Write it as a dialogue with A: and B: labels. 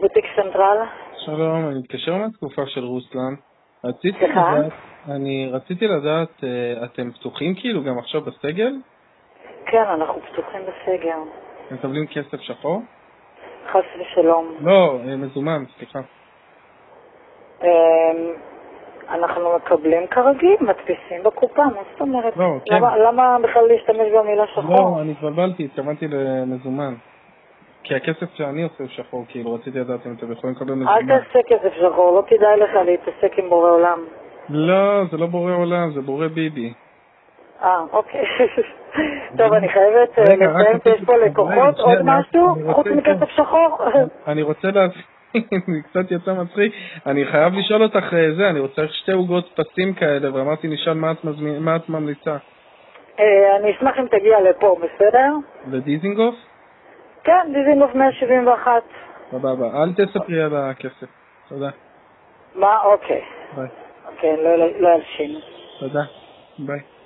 A: בוטיק סנטרל.
B: שלום, אני מתקשר מהתקופה של רוסלן. רציתי
A: סליחה?
B: לדעת, אני רציתי לדעת, אה, אתם פתוחים כאילו גם עכשיו בסגל?
A: כן, אנחנו פתוחים בסגר.
B: אתם מקבלים כסף שחור?
A: חס ושלום.
B: לא, אה, מזומן, סליחה.
A: אמ, אנחנו מקבלים כרגיל, מדפיסים בקופה, מה זאת אומרת?
B: לא, כן.
A: למה, למה בכלל להשתמש במילה שחור?
B: לא, אני התבלבלתי, התכוונתי למזומן. כי הכסף שאני עושה הוא שחור, כאילו, רציתי לדעת אם אתם יכולים לקבל
A: אל
B: מזומן.
A: תעשה כסף שחור, לא כדאי לך להתעסק עם בורא עולם.
B: לא, זה לא בורא עולם, זה בורא ביבי.
A: אה, אוקיי. טוב, אני חייבת אה,
B: רגע, רק
A: לציין
B: רציתי-
A: שיש פה
B: רגע,
A: לקוחות,
B: שנייה,
A: עוד
B: אני רק-
A: משהו?
B: אני רוצה כן.
A: חוץ
B: לשאול.
A: מכסף שחור?
B: אני רוצה להבין, זה קצת יצא מצחיק, אני חייב לשאול אותך אה, זה, אני רוצה שתי עוגות פסים כאלה, ואמרתי נשאל מה את, מזמין, מה את ממליצה,
A: אה, אני אשמח אם תגיע לפה, בסדר?
B: לדיזינגוף?
A: כן, דיזינגוף 171.
B: סבבה, אל תספרי על הכסף. תודה,
A: מה? אוקיי.
B: ביי.
A: אוקיי, לא לא אלשין.
B: תודה, ביי.